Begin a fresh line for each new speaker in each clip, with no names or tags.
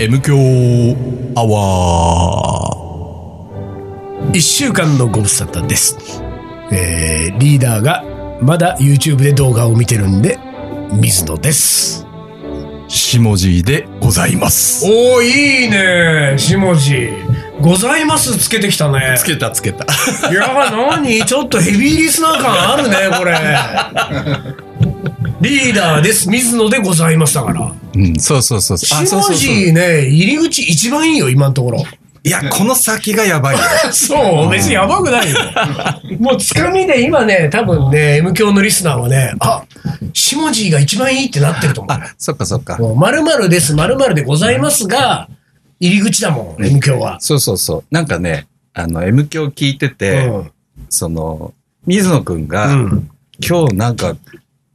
M 強アワ
1週間のご無沙汰です。えー、リーダーがまだ YouTube で動画を見てるんで、水野です。
ー下地でございます
おー、いいねしもじ。ございますつけてきたね。
つけたつけた
いや、なにちょっとヘビーリスナー感あるね、こ れ。リーダーです。水野でございましたから。
うんそうそうそうそうあ
し
そう
も
そうそうい
じね、入り口一番いいよ、今のところ。
やこの先がやばいよ
そう、別にやばくないよ。もうつかみで今ね、多分ね、M 教のリスナーはね、あ、シモジーが一番いいってなってると思
あ そっかそっか
う。まるまるです、まるまるでございますが、入り口だもん、M 教は。
そうそうそうなんかねあの M 響聞いてて、その水野くん
う
が、
ん。うん。
今日なんか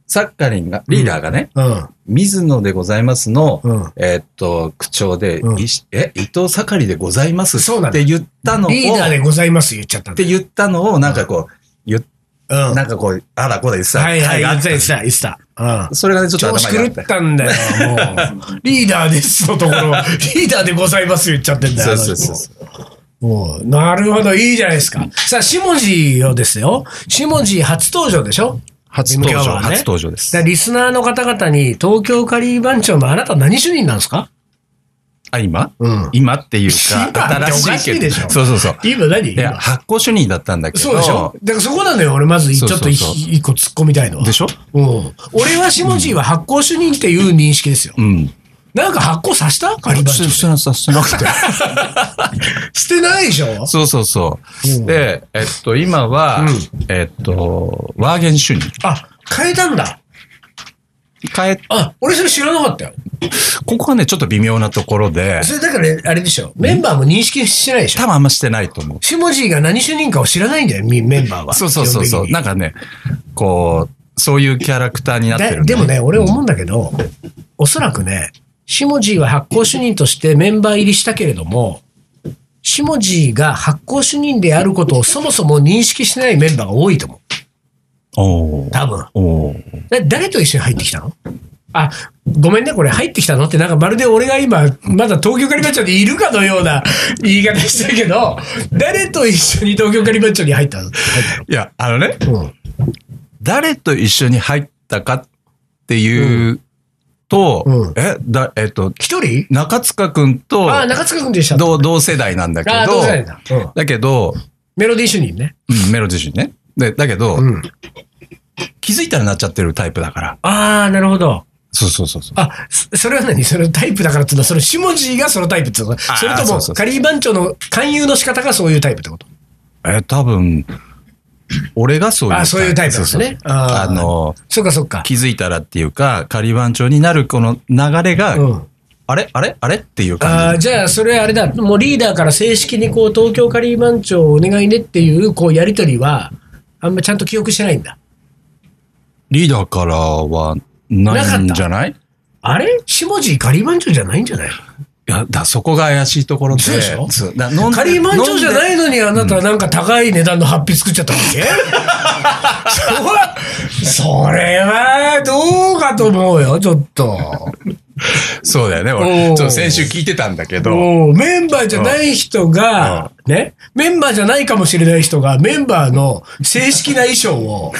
サッカリンがリーダーがね、
うん。
水野でございますの、
うん
えーっと、口調で、
うん
いしえ、伊藤盛りでございます
そうな
っ
んだ
て言ったのを、
リーダーで
っ
ございます言っちゃったんだ
て言ったのを、なんかこう、言
うん。
なんかこう、あらこうだ言ってた。
はいはい、
回があ
言
っ
って
た
た言ってた、言ってた。うん。
それがね、ちょっと
調子
頭にあっ
狂ったんだよ、もう。リーダーですのところ、リーダーでございます言っちゃってんだ
た。そ
よ。
うそうそうそう。
もう、なるほど、いいじゃないですか。さあ、下地をですよ。下地初登場でしょ
初登場、
MK はね
初登場で
だから
す。
リスナーの方々に、東京カリー番長のあなた何主任なんですか
あ、今、
うん
今っていう
今ってお
か、
かしい
新しいけど。
でしょ
そうそうそう。
今何
いや、
今
発行主任だったんだけど。
そうでしょだからそこなのよ、俺まずち
そ
ょ
うそう
っ
そ
と
う
一一個突っ込みたいのは。
でしょ
うん。俺は下地は発行主任っていう認識ですよ。
うん。
なんか発行させたカリー番長。
してなさしてなく て。
してないでしょ
そうそうそう。で、えっと、今は、えっと、ワーゲン主任。
あ、変えたんだ。
変え
あ、俺それ知らなかったよ。
ここはね、ちょっと微妙なところで、
それだから、あれでしょ。メンバーも認識してないでしょ
多分あんましてないと思う。
シモジーが何主任かを知らないんだよ、みメンバーは。
そうそうそうそう。
基本
なんかね、こう、そういうキャラクターになっ
的
て
に
るん
で
だ
で
よ
もね、俺思うんだけど、おそらくね、シモジーは発行主任としてメンバー入りしたけれども、シモジーが発行主任であることをそもそも認識してないメンバーが多いと思う。
おー
多分。
おー
だ誰と一緒に入ってきたのあ、ごめんね、これ入ってきたのってなんかまるで俺が今、まだ東京カリバッチョにいるかのような言い方したけど、誰と一緒に東京カリバッチョに入ったの入っ
いや、あのね、
たのうん。
誰と一緒に入ったかっていうと、
うん
え、だ、えっと、
一人
中塚くんと
ああ、中塚君でした。
同、同世代なんだけ
ああ、ど
ど
う、せだ。うん
だけど、
メロディー主任ね。
うん、メロディー主任ね。で、だけど、
ん。
気づいたらなっちゃってるタイプだから。
ああ、なるほど。
そうそうそうそう。
あ、そそれは何それタイプだからっていうのは、その下地がそのタイプっていうの
あー
それとも
そうそうそう、
カリー番長の勧誘の仕方がそういうタイプってこと
え、多分、俺がそういう
ああ、そういうタイプなん
そう
です
そう
ね。あ
あ
ー、
の、
そっかそっか。
気づいたらっていうか、仮番長になるこの流れが、
うん。
あれあれあれっていう
あ
感
あ、じゃあ、それあれだ。もうリーダーから正式にこう、東京カリー番長お願いねっていう、こう、やりとりは、あんまちゃんと記憶してないんだ。
じ。リーダーからはないんじゃないい
あれ下地カリー番長じゃないんじゃない
や、だ、そこが怪しいと ころで。
そうでしょ
そうだ飲んで
カリーマンチョじゃない
飲んで
のにあなたはなんか高い値段のハッピー作っちゃったわけ そらそれはどうかと思うよ、ちょっと。
そうだよね。
お
俺、
ー
ちょっと先週聞いてたんだけど。
もうメンバーじゃない人が、ね、メンバーじゃないかもしれない人がメンバーの正式な衣装を、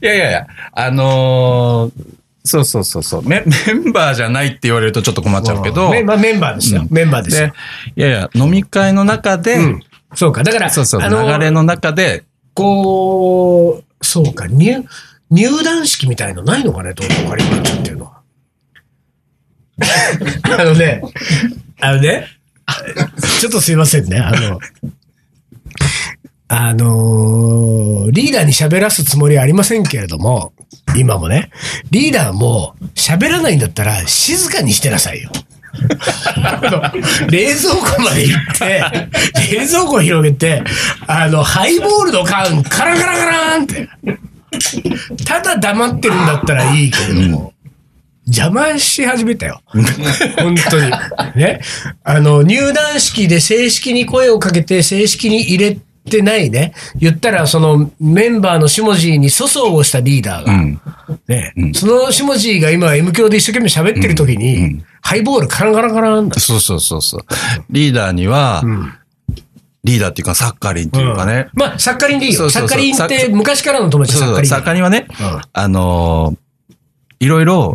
いやいやいや、あのーそうそうそうそう メ。メンバーじゃないって言われるとちょっと困 っちゃうけど。
メンバーメンバーですよ、メンバーですよ
で。、いやいや、飲み会の中で、
うん。そうか、だから、
そうそう、
あの
流れの中で、
こう、そうか、入、入団式みたいのないのかね、東京カリーマンチョっていうのは。 あのね、あのね、ちょっとすいませんね、あの、あのーリーダーに喋らすつもりはありませんけれども、今もね、リーダーも喋らないんだったら静かにしてなさいよ。あの 冷蔵庫まで行って、冷蔵庫広げて、あの、ハイボールの缶、カラカラカラーンって。ただ黙ってるんだったらいいけれども、邪魔し始めたよ。本当に。ね。あの、入団式で正式に声をかけて、正式に入れってないね。言ったら、そのメンバーの下地に粗相をしたリーダー
う
が、
ん。
ね、その下地が今 M 響で一生懸命喋ってる時に、ハイボールカランカランカランだ。
そうそうそうそう。リーダーには、リーダーっていうか、サッカリンっていうかね。
まあ、サッカリンでいい
そ
よ。
うそ
サ
うそ
ッ
う
カリンって昔からの友達
そう
サッ
そ
カ
う、
リンだ。
サッカリンはね、
うん
あのーいろいろ、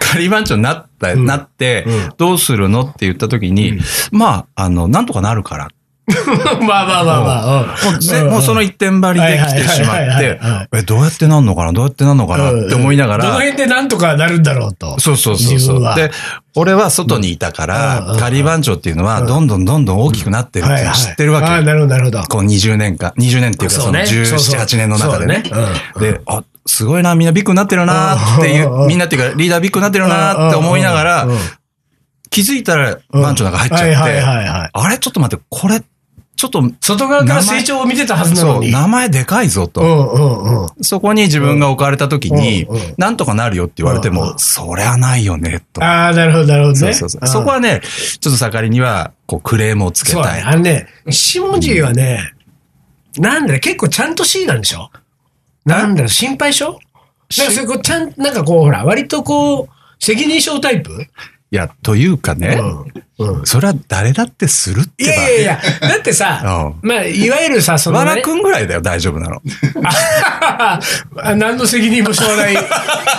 仮番長になった、
ん
なって、
うん
どうするのって言った時に、まあ、あの、なんとかなるから。
まあまあまあまあ。
もうぜもうその一点張りで来てしま
はいは
っ
いはい
て
はいはい、
え、どうやってなんのかなどうやってなんのかなって思いなが
どの
ら、
辺でなんとかなるんだろうと。
そうそうそう
自
そ
分
う
は。
で、俺は外にいたか
うんうんう
ら
ん、
仮番長っていうのは、どんどんどんどん大きくなってるっていうのを知ってるわけよ。
はいはいああ、なるほど、なるほど。
こう20年間、20年っていうか
そ
そうの
ねそう
17、
そう
8年の中でね
そうね。
で、あ、すごいな、みんなビッグになってるなってい
うんうん
う、みんなっていうかリーダービッグになってるなって思いながら
うんうん、
気づいたら番長なんか入っちゃ
はいはい
って、
はいはい。
あれちょっと待って、これ、ちょっと、
外側から成長を見てたはずな
そ
の
う、
に。
名前でかいぞ
う
と。
んうんうん。
そこに自分が置かれた時に
うんうん、
なんとかなるよって言われて
うんう
も、そりゃないよね、と。
ああ、なるほど、なるほど
そう
ね。
そうそうう。
ん
そこはね、ちょっと盛りには、こう、クレームをつけ
そうだ
た
ね。
い。
あのね、下地はね、なんだろう、結構ちゃんと C なんでしょなんだろう、心配性なんかそれこうちゃん、なんかこう、ほら、割とこう、責任症タイプ
いや、というかね、
うん。うん。
それは誰だってするっ
い
てば。
やいやいや、だって さ、まあ、いわゆるさ、その、
わ
ね、
らくんぐらいだよ、大丈夫なの。
あ何の責任もしょうが ない。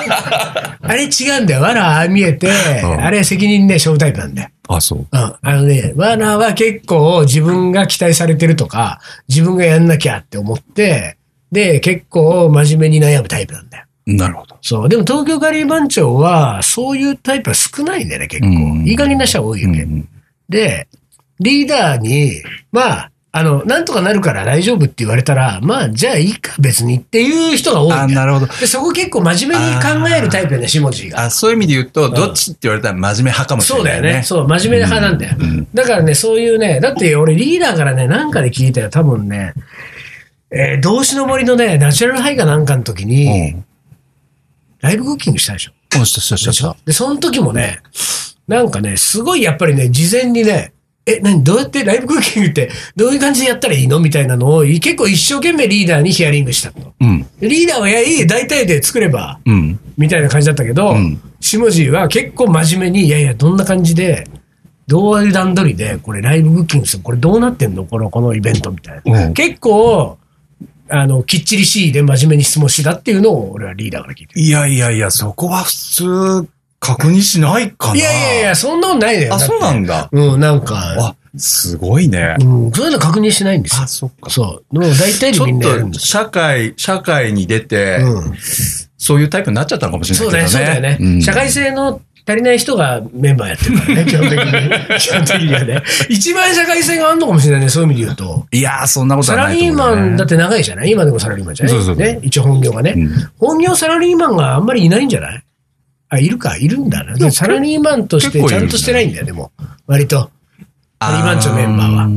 あれ違うんだよ。わらは見えて、
うん
あれ責任ね、ショータイプなんだよ。
あ、そう。
うん。あのね、わらは結構自分が期待されてるとか、自分がやんなきゃって思って、で、結構真面目に悩むタイプなんだよ。
なるほど。
そう。でも東京カリー番長は、そういうタイプは少ないんだよね、結構。
うん
いい加減な人は多いよね。
うん
で、リーダーに、まあ、あの、なんとかなるから大丈夫って言われたら、まあ、じゃあいいか、別にっていう人が多いんだよ
あ、なるほど。
で、そこ結構真面目に考えるタイプよね、下地が。
あ、そういう意味で言うと、どっちって言われたら真面目派かもし
そ
れ
う
な
だ
い
よ
ね。
ね。そう、真面目派なんだよ。だからね、そういうね、だって俺リーダーからね、なんかで聞いたよ、多分ね、えー、動詞の森のね、ナチュラルハイかなんかの時に、
うん。
ライブクッキングしたでしょ。
うん、したしたしたした。
で、その時もね、なんかね、すごいやっぱりね、事前にね、え、何どうやってライブクッキングってどういう感じでやったらいいのみたいなのを結構一生懸命リーダーにヒアリングしたの。
うん。
リーダーは、いや、いい、大体で作れば、
うん。
みたいな感じだったけど、
うん
下地は結構真面目に、いやいや、どんな感じで、どういう段取りで、これライブブッキングする、これどうなってんのこの、このイベントみたいな。
うん
結構、あの、きっちり C で真面目に質問してたっていうのを、俺はリーダーから聞いてる。
いやいやいや、そこは普通、確認しないかな。
いやいやいや、そんなことないだよ。
あ、
だって
そうなんだ。
うん、なんか、
あ、すごいね
う。ん、そういうの確認しないんですよ。
そっか
そう。でも大体
ち
でみ
ょ
ん
っ
なやるんで
と、
す
社会、社会に出て、
よ。うん。
そういうタイプになっちゃったのかもしれ
そう
ないけど
だ
ね。
ね、そうだよね、
ん
社会性の足りない人がメンバーやってるから ね、基本的に。基本的にはね。一番社会性があるのかもしれないね、そういう意味で言うと。
いやー、そんなこと
サ
は
ラ
ないと
リー
思う、ね。
マンだって長いじゃない今でもサラリーマンじゃない
そうそうそう
ね。一応本業がね、
うん
本業サラリーマンがあんまりいないんじゃないあ、いるか、いるんだな。でもサラリーマンとして
結構い
ち
る
ゃ
ね
んとしてないんだよ、でも。割と。
あ
リーマンチョメンバーは
は。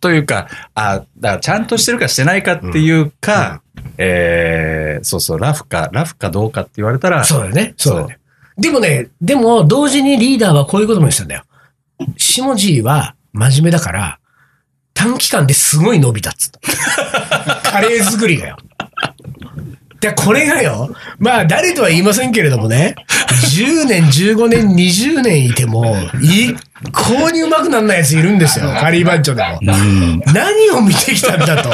というか、あだからちゃんとしてるかしてないかっていうか、えーそうそう、ラフか、ラフかどうかって言われたら、
そうだよね。そうだよね。でもね、でも同時にリーダーはこういうことも言ってたんだよ。下地は真面目だから、短期間ですごい伸びたっつった。カレー作りがよ。で、これがよ、まあ誰とは言いませんけれどもね、10年、15年、20年いても、一向にうまくなんないやついるんですよ。カリー番長でも。
うん
何を見てきたんだと。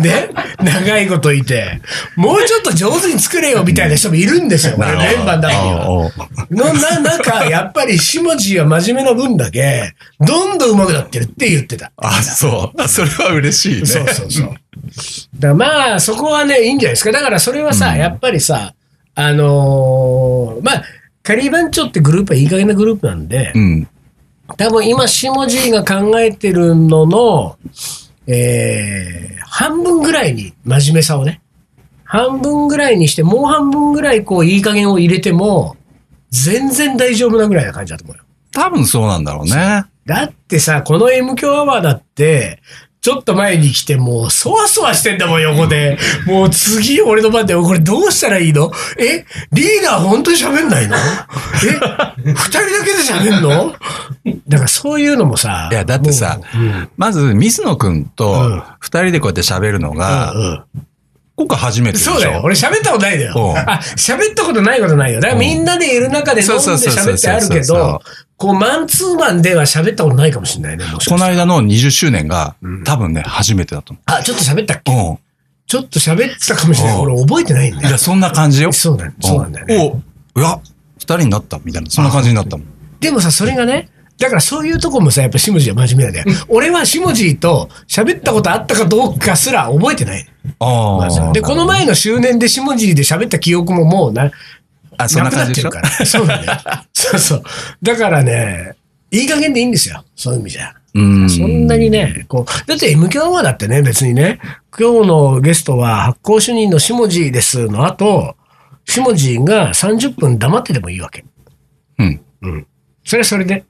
ね長いこといて、もうちょっと上手に作れよみたいな人もいるんですよ、これメンバーの中には。
おう
のな中、やっぱり下地は真面目な分だけ、どんどん上手くなってるって言ってた。
あ、そう。あそれは嬉しいね。
そうそうそう。だからまあ、そこはね、いいんじゃないですか。だからそれはさ、やっぱりさ、あのーまあ、カリー番長ってグループはいい加減なグループなんで、
うん。
多分今、下地が考えてるのの、えー、半分ぐらいに真面目さをね、半分ぐらいにして、もう半分ぐらいこういい加減を入れても、全然大丈夫なぐらいな感じだと思うよ。
多分そうなんだろうね。
だってさ、この M 強アワーだって、ちょっと前に来て、もう、そわそわしてんだもん、横で。もう、次、俺の番で、これどうしたらいいのえリーダー、本当に喋んないのえ二人だけで喋んのだから、そういうのもさ。
いや、だってさ、
もううん
まず、水野くん
うん
と、二人でこうやって喋るの
う
が、
んうん
今回初めてでしょ
そうだよ。俺喋ったことないだよ
うん。
あ、喋ったことないことないよ。だからみんなでいる中で飲んで
そうそうそうそう
喋ってあるけ
そうそう
ど、こうマンツーマンでは喋ったことないかもしれないね。もしか
こ
し
の
たら
間の20周年が、多分ね、初めてだと
あ、ちょっと喋ったっけ
思う。
ちょっと喋ってたかもしれない。
うん
俺覚えてないん
うん。
だ
い
よ
や、。そんな感じよ。
そうなんそうなんだよね。
お、いや、二人になったみたいな、そんな感じになったもん。
でもさ、それがね、だからそういうとこもさ、やっぱしもじは真面目なんだよ。俺はしもじと喋ったことあったかどうかすら覚えてない。
ああ。
で、この前の周年でしもじで喋った記憶ももうな、
あ、そんな感じでしょ
なくなってるから。そうなんだよ。そうそう。だからね、いい加減でいいんですよ。そういう意味じゃ。
うん。
そんなにね、こう、だって m k 1だってね、別にね、今日のゲストは発行主任の下地ですの後、下地が30分黙ってでもいいわけ。
うん。
それはそれで。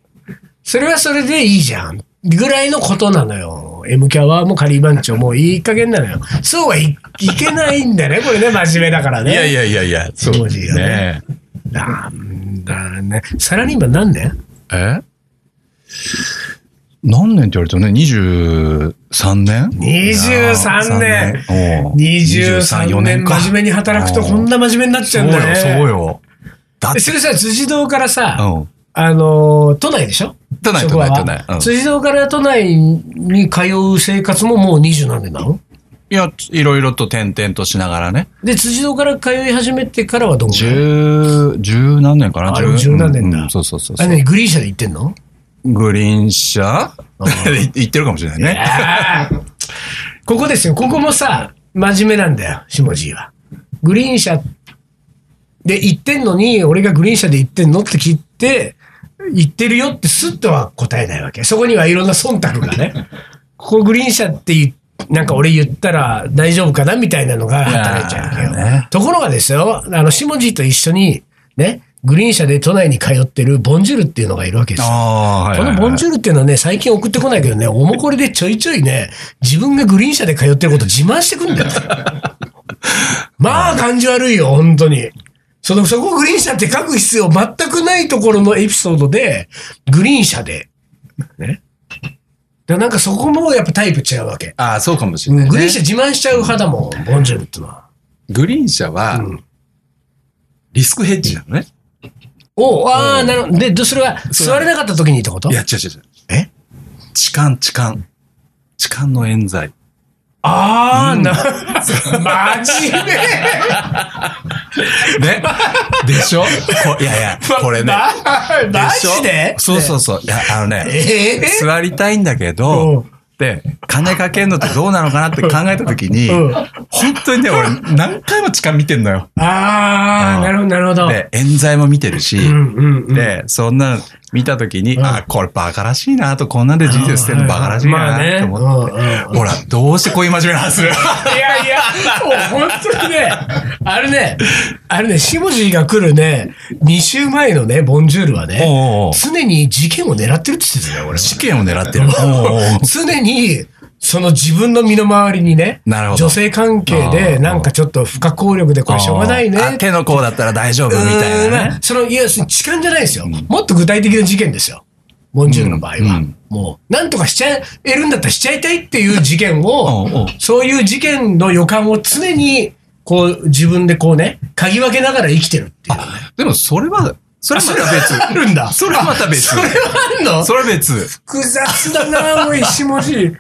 それはそれでいいじゃん。ぐらいのことなのよ。m k 1もカリー番長もいい加減なのよ。そうはい、いけないんだね、これね、真面目だから
い
ね。
やいやいやいや、そ
気
う
持ちいいよね
ね。
なんだね。サラリーマン何年
え何年って言われてもね、23年
23年
おう
23年
か
真面目に働くとこんな真面目になっちゃうんだね。
そうよ、そうよ。だっ
で
て、
それさ、辻堂からさ、
うん。
あのー都内でしょ
都内
そこは
都内都内うん
辻堂から都内に通う生活ももう20何年なの
いや、いろいろと転々としながらね。
で、辻堂から通い始めてからはどんぐらい
十、十何年かな
あれも十何年だ
うんそうそうそう
あ
そう
れ、ね、グリーン車で行ってんの
グリーン車 言ってるかもしれないね。
あーここですよ。ここもさ、真面目なんだよ、下地は。グリーン車で行ってんのに、俺がグリーン車で行ってんのって聞いて、行ってるよってスッとは答えないわけ。そこにはいろんな忖度が ね。ここグリーン車って言っなんか俺言ったら大丈夫かなみたいなのが働いちゃうわけよ。
いやーね
ところがですよ、あの、下地と一緒に、ね、グリーン車で都内に通ってるボンジュールっていうのがいるわけですよ。
ああー、はい
こ
はいは
の
い。
ボンジュールっていうのはね、最近送ってこないけどね、おもこりでちょいちょいね、自分がグリーン車で通ってること自慢してくんだ よ。まあ、感じ悪いよ、本当に。その、そこグリーン車って書く必要全くないところのエピソードで、グリーン車で。ね。だからなんかそこもやっぱタイプ違うわけ。
ああ、そうかもしれない、ね。
グリーン車自慢しちゃう派だもん、ボンジュールってのは。
グリーン車は、
うん
リスクヘッジなのね。
おああ、なるほど。で、どそれは座れなかった時にってこと
いや、違う違う違う。
え
痴漢、痴漢。痴漢の冤罪。
ああ、な、 真面目
ね。でしょこいやい や、これね。
まマ
しょ
ジで
そうそうそう。いや、あのね、
ええ
座りたいんだけ
う
ど
ん、
で、金かけんのってどうなのかなって考えたときに、
うん
本当にね、俺何回も痴漢見てんのよ。
あ
う
あ、
ん
なるほど、なるほど。
で、冤罪も見てるし、
うんうんうん。
で、そんなの見たときに、あ、これバカらしいなと、こんなんで人生捨てるのバカらしい
ま
な
あね
って
うん
思って。
うん うん
ほら、どうしてこういう真面目な話する
いやいや、もう本当にね、あれね、あれね、しもじが来るね、2週前のね、ボンジュールはね、
おうおう
常に事件を狙ってるって言ってたよ、俺。
事件を狙ってる。おうおう
常に、その自分の身の回りにね、
なるほど
女性関係で、なんかちょっと不可抗力でこれしょうがないね
あ手の甲だった ら大丈夫みたいな
うーんま
ね
あ。その、いや、その痴漢じゃないですよ、もっと具体的な事件ですよ。ボンジュールの場合は。
うんうん
もう、なんとかしちゃえるんだったらしちゃいたいっていう事件
うんう
を
ん、
そういう事件の予感を常に、こう、自分でこうね、嗅ぎ分けながら生きてるっていう。
でもそれは、それはまた
あ
別。
るんだ。
それはまた別
それはあんの
それは別。
複雑だな、もう石文字。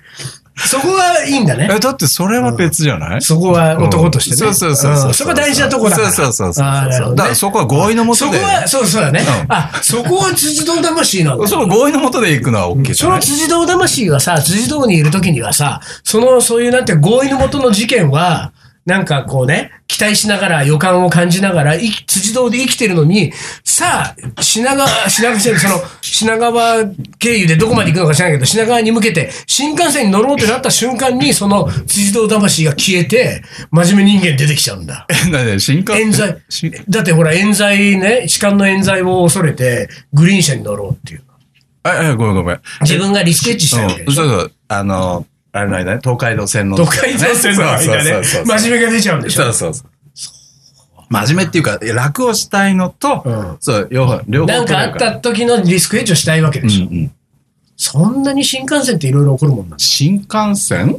そこはいいんだね。
え、だってそれは別じゃない
そこは男としてね。
うんそうそうそう
う
そ
ん
う。
そこは大事なとこだから。
そうそうそう。
あーなるほどね
だからそこは合意のも
そ
と
こ
で。
は、そうそうだね。
うん
あ、そこは辻堂魂なんだ。
そこ合意のもとで行くのは OK じ
そ
ゃな
の
い
辻堂魂はさ、辻堂にいる時にはさ、その、そういうなんて合意のもとの事件は、なんかこうね、期待しながら予感を感じながら、い辻堂で生きてるのに、さあ、品川、品川線、その、品川経由でどこまで行くのか知らないけど、品川に向けて、新幹線に乗ろうってなった瞬間に、その辻堂魂が消えて、真面目人間出てきちゃうんだ。
えなんで新幹
冤罪
新。
だってほら、冤罪ね、痴漢の冤罪を恐れて、グリーン車に乗ろうっていう。
あ、あごめんごめん。
自分がリスケッチしたわけ
うん
でし
そ
ょ
うそう。あの、あれの間ね、東海道線の。
都会造成の間ね
そうそうそうそ。う
真面目が出ちゃうんでし
そ
ょ
う。そうそう。真面目っていうか、楽をしたいのと、
うん
そう、両方、両方
なんかあった時のリスクヘッジをしたいわけでしょ。
うんうん
そんなに新幹線っていろいろ起こるもんなんです。
新幹線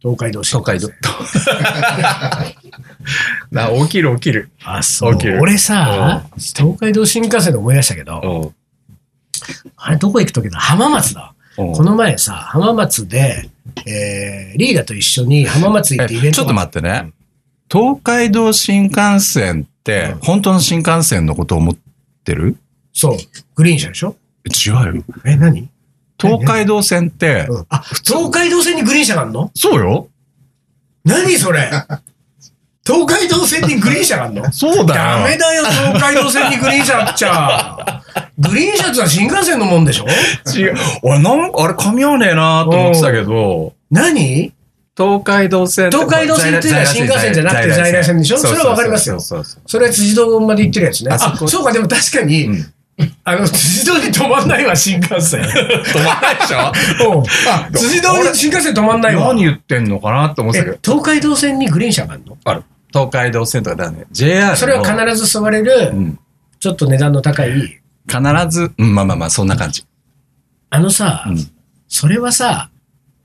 東海道新
東
幹線
海道。な起きる起きる。
あ、そう
起き。る
俺さ、東海道新幹線で思い出したけど、
おう
あれどこ行く時だ浜松だわ。
おう
この前さ、浜松で、えー、リーダと一緒に浜松行ってイベン
え
ト。
ちょっと待
っ
ってね。東海道新幹線って、本当の新幹線のことを思ってる
て。そう。グリーン車でしょ
違うよ。
え、何、
東海道線って、
うん、あ、東海道線にグリーン車があんの
そうよ。
何そ れ東海道線にグリーン車があんの
そうだよ。
ダメだよ、東海道線にグリーン車あっちゃ。グリーン車ってのは新幹線のもんでしょ
違う。俺なんか、あれ噛み合わねえなと思ってたけど、
何
東海道線って
東海道線っていうのは新幹線じゃなくて在来線でしょそれはわかりますよ
そうそうそう
それは辻堂まで行ってるやつね。
あ
あ
そこ
そうか、でも確かに、
うん
あの、辻堂に止まんないわ、新幹線。
止まんないでしょ
うんあ、辻堂に新幹線止まんないわ
何。言ってんのかなと思ってたけ
え
ど、
東海道線にグリーン車があるの
ある。東海道線とかだね。JR の。
それは必ず座れる、
うん
ちょっと値段の高い、
必ず、うん、まあまあまあ、そんな感じ。
あのさ、
うん
それはさ、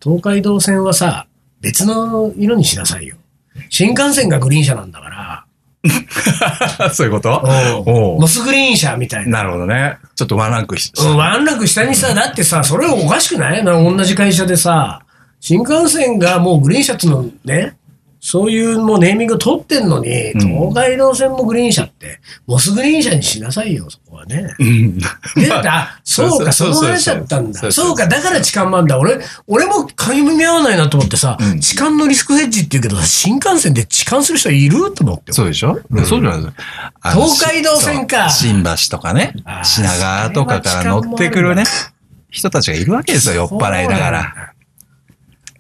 東海道線はさ、別の色にしなさいよ。新幹線がグリーン車なんだから、
そういうことおう
モスグリーン車みたいな。
なるほどね。ちょっとワンランクし
うんワンランク下にさ、だってさ、それおかしくないな同じ会社でさ、新幹線がもうグリーン車っていうのね、そういうもうネーミング取ってんのに、
ん
東海道線もグリーン車って、モスグリーン車にしなさいよ、そこはね。
うん。
で、あ、そうか、その
そうそうそう
話だったん
そ
だ。
うそう
そうか、だから痴漢なんだ。俺、俺もかみ合わないなと思ってさ、
うん
痴漢のリスクヘッジって言うけどさ、新幹線で痴漢する人いると思って。
そうでしょそうじゃないですあの
東海道線か
し新橋とかね
あー、
品川とかから乗ってくるね、人たちがいるわけですよ、酔っ払いながら。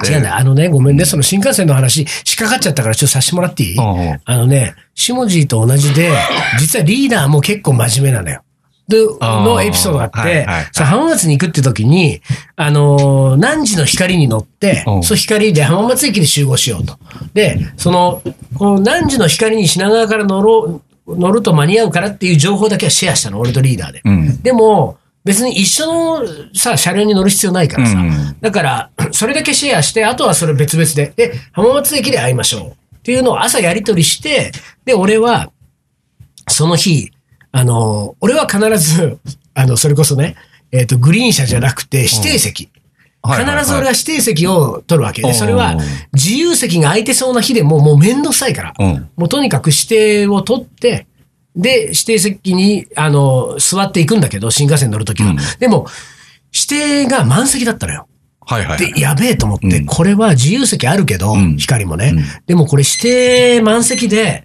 違うんだ。あのね、ごめんね、その新幹線の話、仕掛かっちゃったからちょっとさせてもらっていい
うんうん
あのね、下地と同じ で、実はリーダーも結構真面目なのよ。で、
あー
のエピソードがあって、
はいはいはい
そう浜松に行くって時に、あのー何時の光に乗って
う、ん
そう光で浜松駅で集合しようと。で、その、この何時の光に品川から乗ろう、乗ると間に合うからっていう情報だけはシェアしたの、俺とリーダーで。
うん。
でも、別に一緒のさ、車両に乗る必要ないからさ。
うん
だから、 それだけシェアして、あとはそれ別々で。で、浜松駅で会いましょう。っていうのを朝やり取りして、で、俺は、その日、あの、俺は必ず、 あの、それこそね、えっ、と、グリーン車じゃなくて指定席。
はいはいはい
必ず俺は指定席を取るわけ
う
で、
ん
それは自由席が空いてそうな日でももうめんどくさいから。
うん。
もうとにかく指定を取って、で、指定席に、あの、座っていくんだけど、新幹線乗るときは。
うん
でも、指定が満席だったのよ。
はいはいはい。
で、やべえと思って、
うん
これは自由席あるけど、
うん
光もね、
うん
でもこれ指定満席で、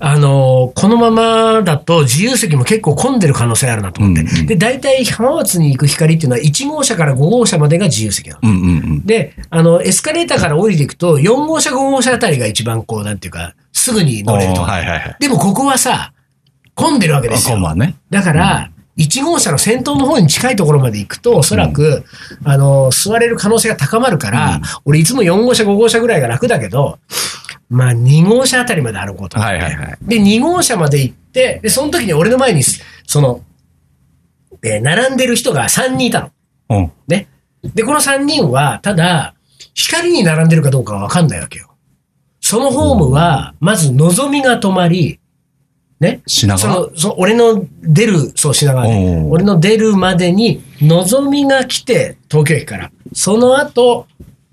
あの、このままだと自由席も結構混んでる可能性あるなと思って。
うんうん
で、大体浜松に行く光っていうのは1号車から5号車までが自由席なの。
うんうんうん。
で、あの、エスカレーターから降りていくと、4号車、5号車あたりが一番こう、なんていうか、すぐに乗れると
おー
か。
はいはいはい。
でもここはさ、混んでるわけですよ
今。晩ね。
だから、1号車の先頭の方に近いところまで行くと、おそらく、あの、座れる可能性が高まるから、
うん
俺いつも4号車、5号車ぐらいが楽だけど、まあ2号車あたりまで歩こうと思っ
は
て。
いはいはい。
で、2号車まで行って、で、その時に俺の前にす、その、えー並んでる人が3人いたの。
うん。
ね。で、この3人は、ただ、光に並んでるかどうかはわかんないわけよ。そのホームは、まず、望みが止まり、ね。
品
そ
川。
の、その俺の出る、そう、品川で
お。う
俺の出るまでに、望みが来て、東京駅から。その後、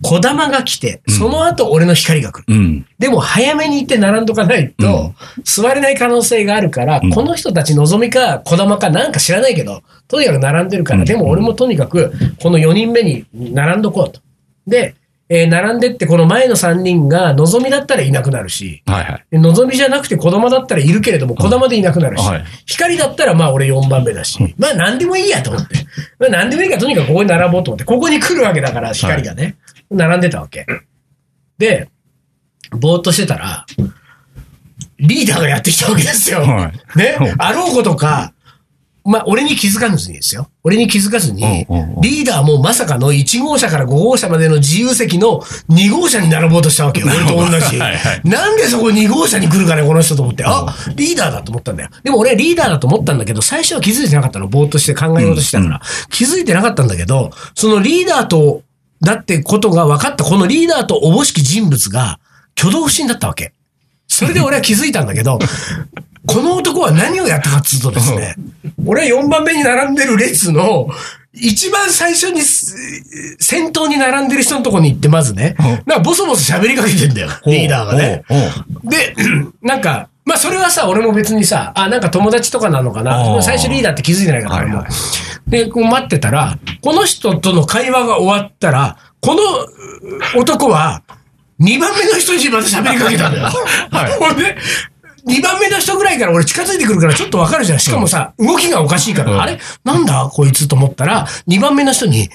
小玉が来て、その後、俺の光が来る。
うん。
でも、早めに行って並んどかないと、座れない可能性があるから、
うん
この人たち望みか、小玉かなんか知らないけど、とにかく並んでるか
う
ら、
ん
でも俺もとにかく、この4人目に並んどこうと。で、えー並んでって、この前の3人が、望みだったらいなくなるし、
はいはい。
で望みじゃなくて子供だったらいるけれども、子供でいなくなるし、
はい
光だったらまあ俺4番目だし、まあ何でもいいやと思って、まあ何でもいいからとにかくここに並ぼうと思って、ここに来るわけだから光がね、並んでたわけ。で、ぼーっとしてたら、リーダーがやってきたわけですよ。
は
ね
うん、
あろうことか、まあ、俺に気づかずにですよ。俺に気づかずに
うんうんうん、
リーダーもまさかの1号車から5号車までの自由席の2号車に並ぼうとしたわけよ。俺と同じ。
はいはい
なんでそこ2号車に来るかね、この人と思って。あ、リーダーだと思ったんだよ。でも俺リーダーだと思ったんだけど、最初は気づいてなかったの。ぼーっとして考えようとしてたから。気づいてなかったんだけど、そのリーダーと、だってことが分かった、このリーダーとおぼしき人物が挙動不審だったわけ。それで俺は気づいたんだけ ど、この男は何をやったかっつうとですね、俺は4番目に並んでる列の、一番最初にす、先頭に並んでる人のとこに行ってまずね
うん、
なんかボソボソ喋りかけてんだよ、リーダーがね。
おう。おう
で、 なんか、まあそれはさ、俺も別にさ、あ、なんか友達とかなのか
あ
な。
ー
最初リーダーって気づいてないから、
はいはい
俺もで、こう待ってたら、この人との会話が終わったら、このう男は、2番目の人にまた喋りかけたんだよ。
はい
ほんで、2番目の人ぐらいから俺近づいてくるからちょっとわかるじゃん。しかもさ、動きがおかしいから、
うん
あれなんだこいつと思ったら、2番目の人に、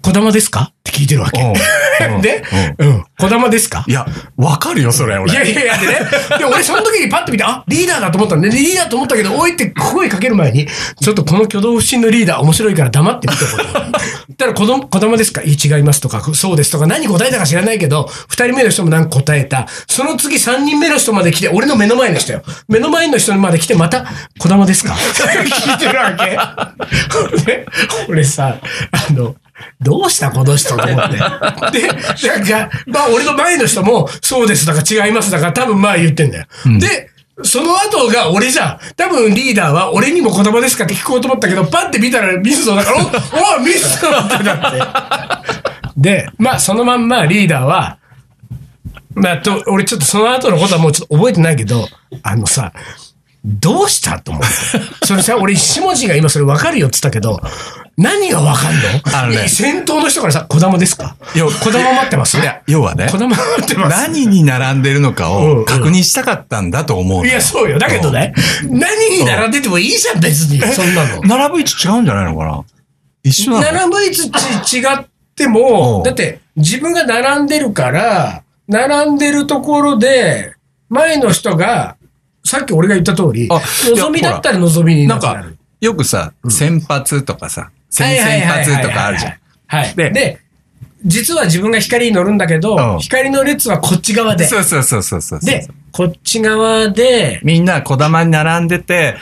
小玉ですかって聞いてるわけ。
おう
で、
うん
うん、小玉ですか
いや、わかるよ、それ、俺。
いやいやいや、でね。で、俺その時にパッと見て、あ、リーダーだと思ったんで、リーダーと思ったけど、おいって声かける前に、ちょっとこの挙動不審のリーダー面白いから黙って見てこい。言ったら、子供、子供ですかいや違いますとか、そうですとか、何答えたか知らないけど、二人目の人も何か答えた。その次三人目の人まで来て、俺の目の前の人よ。目の前の人まで来て、また、子供ですか 聞いてるわけ。で俺さ、あの、どうしたこの人と思って。で、なんか、まあ俺の前の人も、そうですだか違いますだか多分まあ言ってんだよ。で、その後が俺じゃん。多分リーダーは俺にも言葉ですかって聞こうと思ったけど、パッて見たら水野だから、おお、水野ってなって。で、まあそのまんまリーダーは、まあと、俺ちょっとその後のことはもうちょっと覚えてないけど、あのさ、どうしたと思って。それさ、俺、下地が今それ分かるよって言ったけど、何が分か
あ
ん
の
の
ね
先頭の人からさ、小玉ですか
いや
小玉待ってます
いや要はね
小玉待ってます。
何に並んでるのか
うんう
を
ん
確認したかったんだと思うの
いや、そうよ。だけどね、何に並んでてもいいじゃん、別に。そんなの。
並ぶ位置違うんじゃないのかな一緒なの
並ぶ位置違って
う
も
ん、
だって自分が並んでるから、並んでるところで、前の人が、さっき俺が言った通り、
あ
望みだったら望みにな
な
んんかな
か
る。、
よくさ、先発とかさ、先々発とかあるじゃん。
はいはいはいはいはい。
で
で実は自分が光に乗るんだけど、
うん
光の列はこっち側で。
そうそうそうそうそう。
で、こっち側で、
みんな小玉に並んでて、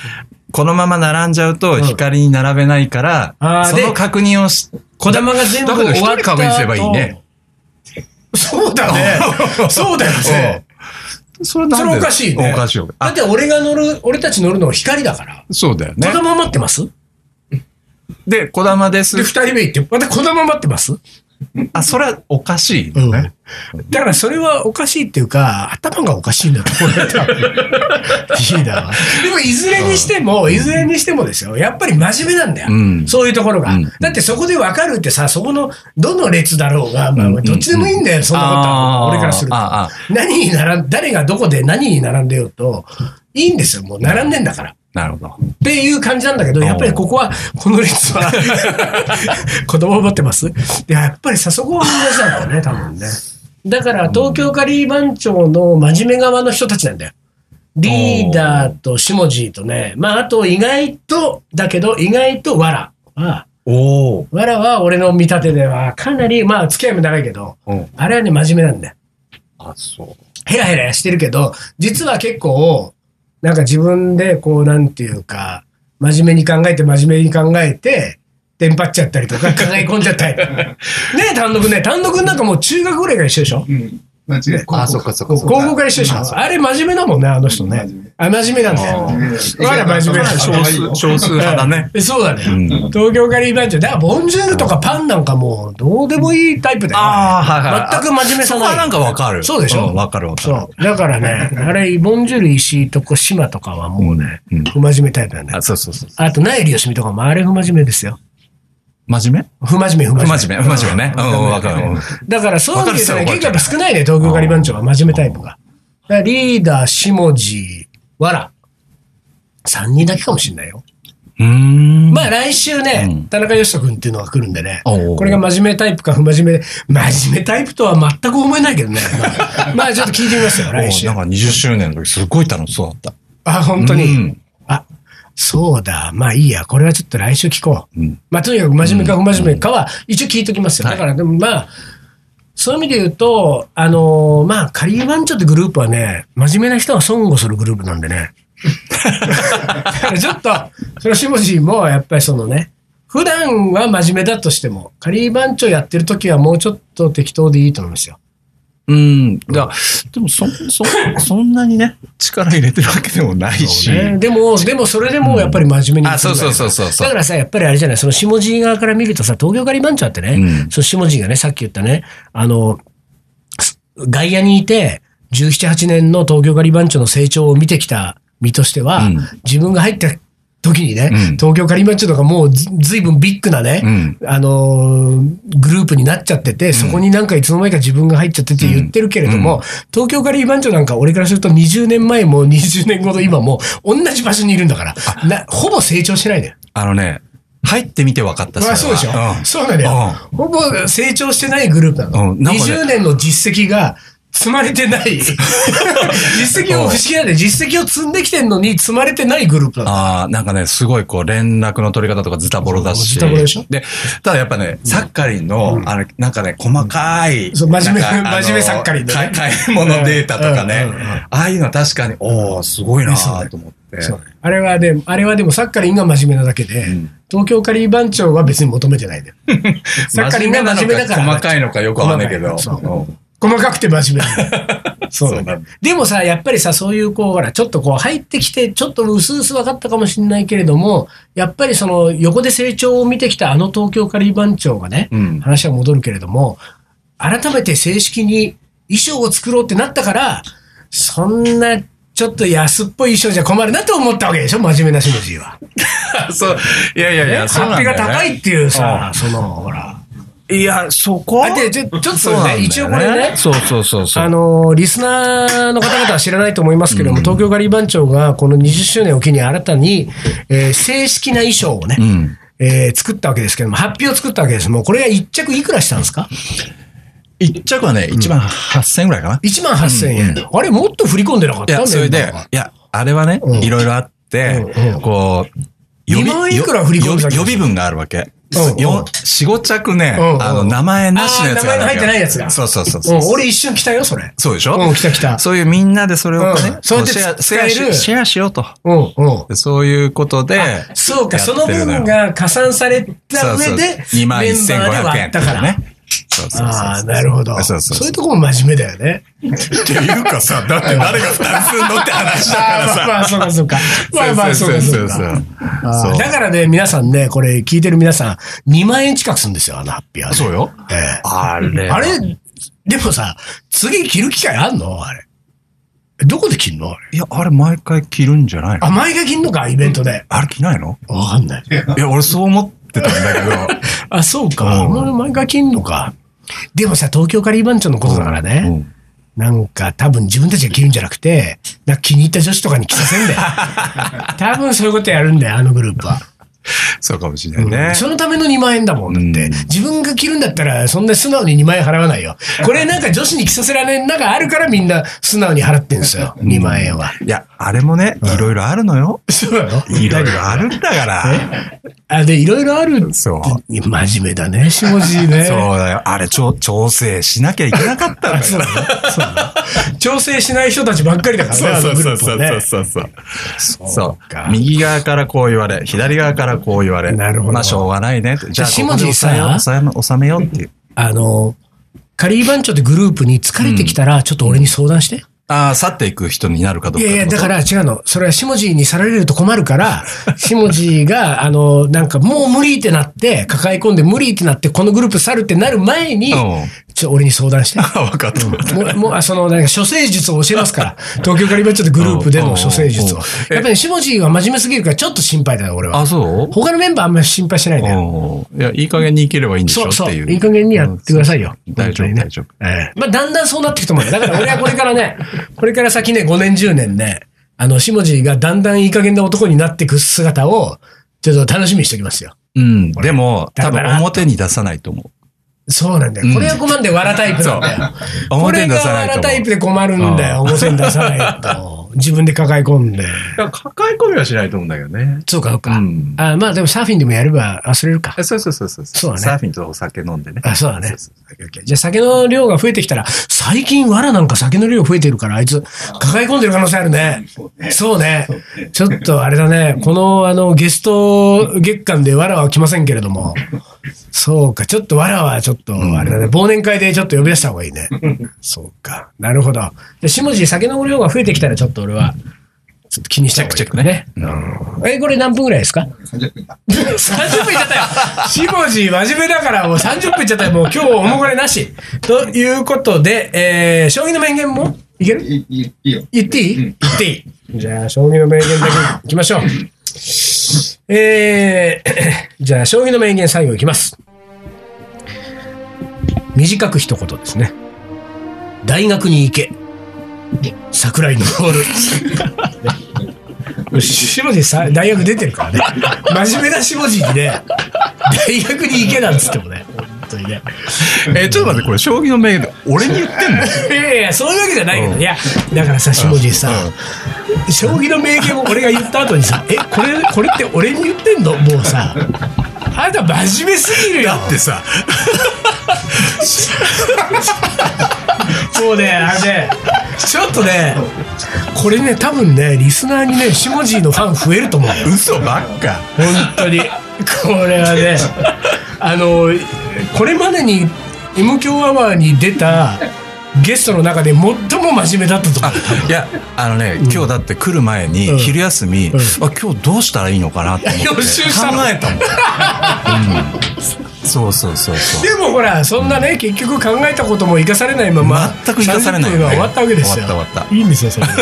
このまま並んじゃうと
ん
光に並べないから、
あー
そ
で
の確認をし、
小玉が全部
だけ
終
ど
わっ
一
た後
人確認すればいいね。。
そうだね。 そうだよね。
うん。それ
それおかしいね。
おかしいよ。
だっ
あ、
て俺が乗る、俺たち乗るのは光だから。
そうだよ
小
ね。
玉待ってます
で、小玉です
で、。二人目行って、また小玉待ってます
あ、それはおかしいよ
うん
ね。
だからそれはおかしいっていうか、頭がおかしいんだと思うよ多分リーダーは。でもいずれにしても、いずれにしてもですよ、やっぱり真面目なんだよ。
うん
そういうところが、
うん
だってそこで分かるってさ、そこのどの列だろうが、まあ、どっちでもいいんだよ、そんなことは
あー
俺からすると
あーあ。
何に並ん、誰がどこで何に並んでようと、いいんですよ、もう並んでんだから。
なるほど。
っていう感じなんだけど、やっぱりここは、この列 は、子供を持ってますでやっぱりさ、そこは同じなんだよね、多分ね。だから、東京カリー番長の真面目側の人たちなんだよ。リーダーと下地とね、まあ、あと意外と、だけど意外とわらは、
おお。
わらは俺の見立てではかなり、まあ、付き合いも長いけど、
うん。
あれはね、真面目なんだよ。
あ、そう。
ヘラヘラしてるけど、実は結構、なんか自分でこう、なんていうか、真面目に考えて真面目に考えて、テンパっちゃったりとか、考え込んじゃったりとか。ねえ、単独ね。単独なんかもう中学ぐらいから一緒でしょ
うん。間違いない。
あ、そうかそうか
高
そうか。
校から一緒でしょあれ真面目だもんね、あの人ね
真面目。
あ、真面目なんだ
あ
よ。
うん
まだ真面目な
少数、少数派だね。
え そうだね。
うん
東京カリー番長。だから、ボンジュールとかパンなんかもう、どうでもいいタイプだよ。
あーはいはい
全く真面目さ
そ
ない。
こはなんかわかる。
そうでしょ
んわかるわかる。
そう。だからね、あれ、ボンジュール石井とこ島とかはもうね、
うんうん
不真面目タイプなんだよ
あ、。そうそうそう。
あと、ナエリヨシミとかもあれ不真面目ですよ。
真面目
不真面目、不
不
真
真
面
面
目。
目、不真面目ね。うん、わかる。うん
だから、そういう意味で
わ
ね、
かる
結構やっぱ少ないね、東京ガリ番長は真面目タイプが。だからリーダー、下地、わら。3人だけかもしれないよ。
うーん。
まあ来週ね、
うん
田中義人君っていうのが来るんでね、
おう
これが真面目タイプか不真面目で、真面目タイプとは全く思えないけどね。まあ、まあちょっと 聞いてみますよ、来週
お。なんか20周年の時すごい楽しそうだった。
あ、本当に。
うん
あ、そうだ。まあいいや。これはちょっと来週聞こう。
うん
まあとにかく真面目か不真面目かは一応聞いときますよ。
はい
だからでもまあ、そういう意味で言うと、あのーまあ、カリー番長ってグループはね、真面目な人は損をするグループなんでね。 だからちょっと、そのしもじもやっぱりそのね、普段は真面目だとしても、カリー番長やってる時はもうちょっと適当でいいと思いますよ。
うん。だでもそ、そ、そんなにね、力入れてるわけでもないし。
ねでも、でもそれでもやっぱり真面目に、
あ、そうそうそうそうそ
だか
う。
らさ、やっぱりあれじゃない、その下地側から見るとさ、東京ガリバンチャーってね、
うん
その下地がね、さっき言ったね、あの、す外野にいて、17、8年の東京ガリバンチョの成長を見てきた身としては、
うん
自分が入った時にね、
うん
東京ガリバンチョとかもうずずいぶんビッグなね、
うん。
あのーグループになっちゃってて、そこになんかいつの間にか自分が入っちゃってって言ってるけれども、
う
東京カリー番長なんか俺からすると20年前も20年後の今も同じ場所にいるんだから、なほぼ成長してないのよ。
あのね、入ってみて分かった
まあそうでしょ、そうなのよ、ほぼ成長してないグループなの。
うんなんかね
20年の実績が積まれて ない。実績を不思議なんで、実績を積んできてんのに積まれてないグループなの。
ああ、なんかね、すごいこう、連絡の取り方とかズタボロだし。
ズタボロでしょ
ただやっぱね、サッカリンの、あの、なんかね、細かい。
そう真面目
なんかあ の
真面目サッカリンのね
買い買い物データとか
う
ね
んうんうんうん。
ああいうのは確かに、おおすごいなーと思って。
そうあれはね、あれはでもサッカリンが真面目なだけで、
ん
東京カリー番長は別に求めて ないのよ。サッカリンが真面目だから。
細かいのかよくわかんないけど。
細かいそう
うん
細かくて真面目なんだ よ。そうなんだ
そうなんだ
でもさ、やっぱりさ、そういうこう、ほら、ちょっとこう入ってきて、ちょっと薄々分かったかもしれないけれども、やっぱりその横で成長を見てきたあの東京カリー番長がね、
うん
話は戻るけれども、改めて正式に衣装を作ろうってなったから、そんな、ちょっと安っぽい衣装じゃ困るなと思ったわけでしょ真面目なしもじは。
そう。いやいやい
ね
や、そう
ハ
な
ッ
ん
ピ
だ
が
よね
高いっていうさ、その、ほら。
いや、そこ
あでちょちょっとね一応これね
そうそうそうそう。
あのリスナーの方々は知らないと思いますけども、東京ガリバン長がこの20周年を機に新たに、えー正式な衣装をね、
うん。
えー作ったわけですけども、発表を作ったわけです。もうこれが1着いくらしたんですか
一着はね、一番8000円ぐらいかな。
?1 万8000円、あれ、もっと振り込んでなかっ
い
た
や、それ
メ
で
ンバーが、
いや、あれはね
うん、
いろいろあって
うんうん、
こう、
二万いくら振り込んだ
予
け
備
ど
予備分があるわけ。
うんうん
よ四五着ね
うんう、ん
あの、名前なしのやつがあるわけ
あー名前の入ってないやつが
そうそうそうそう
うん。俺一瞬来たよ、それ。
そうでしょ
うん来た来た
そういうみんなでそれを
うん
ね、
それで
シェア、シ
使
ェ
え
ア
る
しシェアしようと。
うん、うん。
でそういうことで、
そうか、
やっ
そ
てる
の
よ
分が加算された上で、
2万1500円
だ
と
から
か
ね
ね。。そうそうそうそう
ああ、なるほど。
そうそうそう
そういうとこも真面目だよね。
っていうかさ、だって誰が負担すんのって話だから
あーまあ、
さ。
そうか、そう か。まあまあ、そうか、そうか。あー
そう
だからね、皆さんね、これ聞いてる皆さん、2万円近くするんですよ、あのハッピーは、ね。
そうよ。
ええ
あれ
あれ、でもさ、次着る機会あんのあれ。どこで着んのあれ。
いや、あれ毎回着るんじゃないの
あ、前が着んのか、イベントで。
あれ着ないの
わかんない。
いや、俺そう思ってたんだけど。
あ、そうか。
うん
前前が着んのか。でもさ、東京カリー番長のことだからね。
うん
なんか多分自分たちが着るんじゃなくて、なんか気に入った女子とかに着させんだよ。 多分そういうことやるんだよ、あのグループは。
そうかもしれないね。
そのための2万円だもん、だって。
うん
自分が着るんだったら、そんな素直に2万円払わないよ。これなんか女子に着させられん、なんかあるからみんな素直に払ってんですよ、2万円は。
いや、あれもね、いろいろあるのよ。
そうなの
いろいろあるんだから。
あ、で、いろいろある。
そう。
真面目だね、しもじいね。
そうだよ。あれ、調調整しなきゃいけなかったんだ
そ
か
う
ら。
なのそうなの調整しない人たちばっかりだからね、あのグループはね。
そうそうそう。そう
か
右側からこう言われ、左側からこう言われ。
なるほど
まあ、しょうがないねって。じゃあ、
下
ここで
地さ
収めよう、収め収めようっていう。
あの、カリー番長ってグループに疲れてきたら、ちょっと俺に相談して。
ああ、去っていく人になるかどう
い
か。
やいや、だから違うの。それは下地にさられると困る から、下地が、あの、なんかもう無理ってなって、抱え込んで無理ってなって、このグループ去るってなる前に、
うん
ちょ、俺に相談 して。
ら。わかった。
もう、もう、あその、なんか、処世術を教えますから。東京カリバッチョでグループでの処世術を
うんうん。うん
やっぱり、下地は真面目すぎるから、ちょっと心配だよ、俺は
あ、。そう
他のメンバーあんまり心配してないね。
うんいや、いい加減に生きればいいんでし
そ
ょ
う
っ
そう。
ていう。
いい加減にやってくださいよ。
うん大丈
本当
夫、
にね
大丈夫。
ええまあ、だんだんそうなっていくと思うよ。だから俺はこれからね、 これから先ね、5年、10年ね、あの、下地がだんだんいい加減な男になっていく姿を、ちょっと楽しみにしておきますよ。
うん。でも、
だ
多
から
分表に出さないと思
そうなんだよ。これは困るんだよ。わらタイプなんだよ。
うんそう
これ
表に
が
出さ
わ
ないと
らタイプで困るんだよ。表に出さないと。自分で抱え込んで。
から抱え込みはしないと思うんだけどね。
そうか、そうか。
うん
あまあでもサーフィンでもやれば忘れるか
あ。そうそうそうそう。
そうだね
サーフィンとお酒飲んでね。
あそうだね
そうそう
OK じゃあ酒の量が増えてきたら、最近わらなんか酒の量増えてるから、あいつ抱え込んでる可能性あるね。そうね。ちょっとあれだね。このあのゲスト月間でわらは来ませんけれども。そうか。ちょっとわらはちょっとあれだね。忘年会でちょっと呼び出した方がい いね。そうか。なるほど。で、下地酒の量が増えてきたらちょっと俺は。ちょっと気にしたチェックね。うんえ、これ何分ぐらいですか
30分だ。
30分いっちゃったよ。しもじ、真面目だからもう30分いっちゃったよ。もう今日おもごれなし。ということで、えー、将棋の名言もいける
いいいいいいよ。
言っていい、
うん
言っていい。じゃあ、将棋の名言だけいきま しょう。えー、じゃあ、将棋の名言最後いきます。短く一言ですね。大学に行け。桜井のボー ル。しもじさ大学出てるからね。真面目なしもじにね、大学に行けなんつってもね。本当にね。
えちょっと待って、これ、将棋の名言で俺に言ってんの
いやいやいや、そういうわけじゃないけど、
うん
いや、だからさ、しもじさ、将棋の名言を俺が言った後にさ、え、これ、これって俺に言ってんのもうさ、あなた真面目すぎるよ。
でさ、
そうね、あれね、ちょっとね、これね、多分ね、リスナーにね、しもじのファン増えると思う。
嘘ばっか。
本当に。これはね、あの、これまでに M 強アワーに出たゲストの中で最も真面目だったと思う。
いや、あのね、今日だって来る前に
うん、
昼休み、
うん
あ、今日どうしたらいいのかなって思って。
予習したの
考えたもん。うんそうそうそうそう。
でもほらそんなね、結局考えたことも生かされないまま
全く生かされない
30分
よね
が終わったわけですよ
終わった終わった
いいんですよそれ、ね、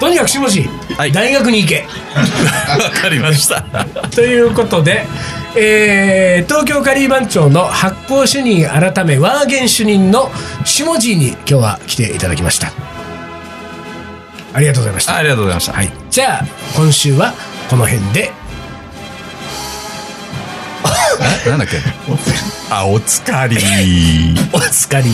とにかくしもし、
はい
大学に行け
わかりました。
ということで、えー東京カリー番長の発行主任改めワーゲン主任のしもじに今日は来ていただきましたありがとうございました、
ありがとうございました。はい。
じゃあ今週はこの辺で
なんだっけあ、おつかり。
おつかり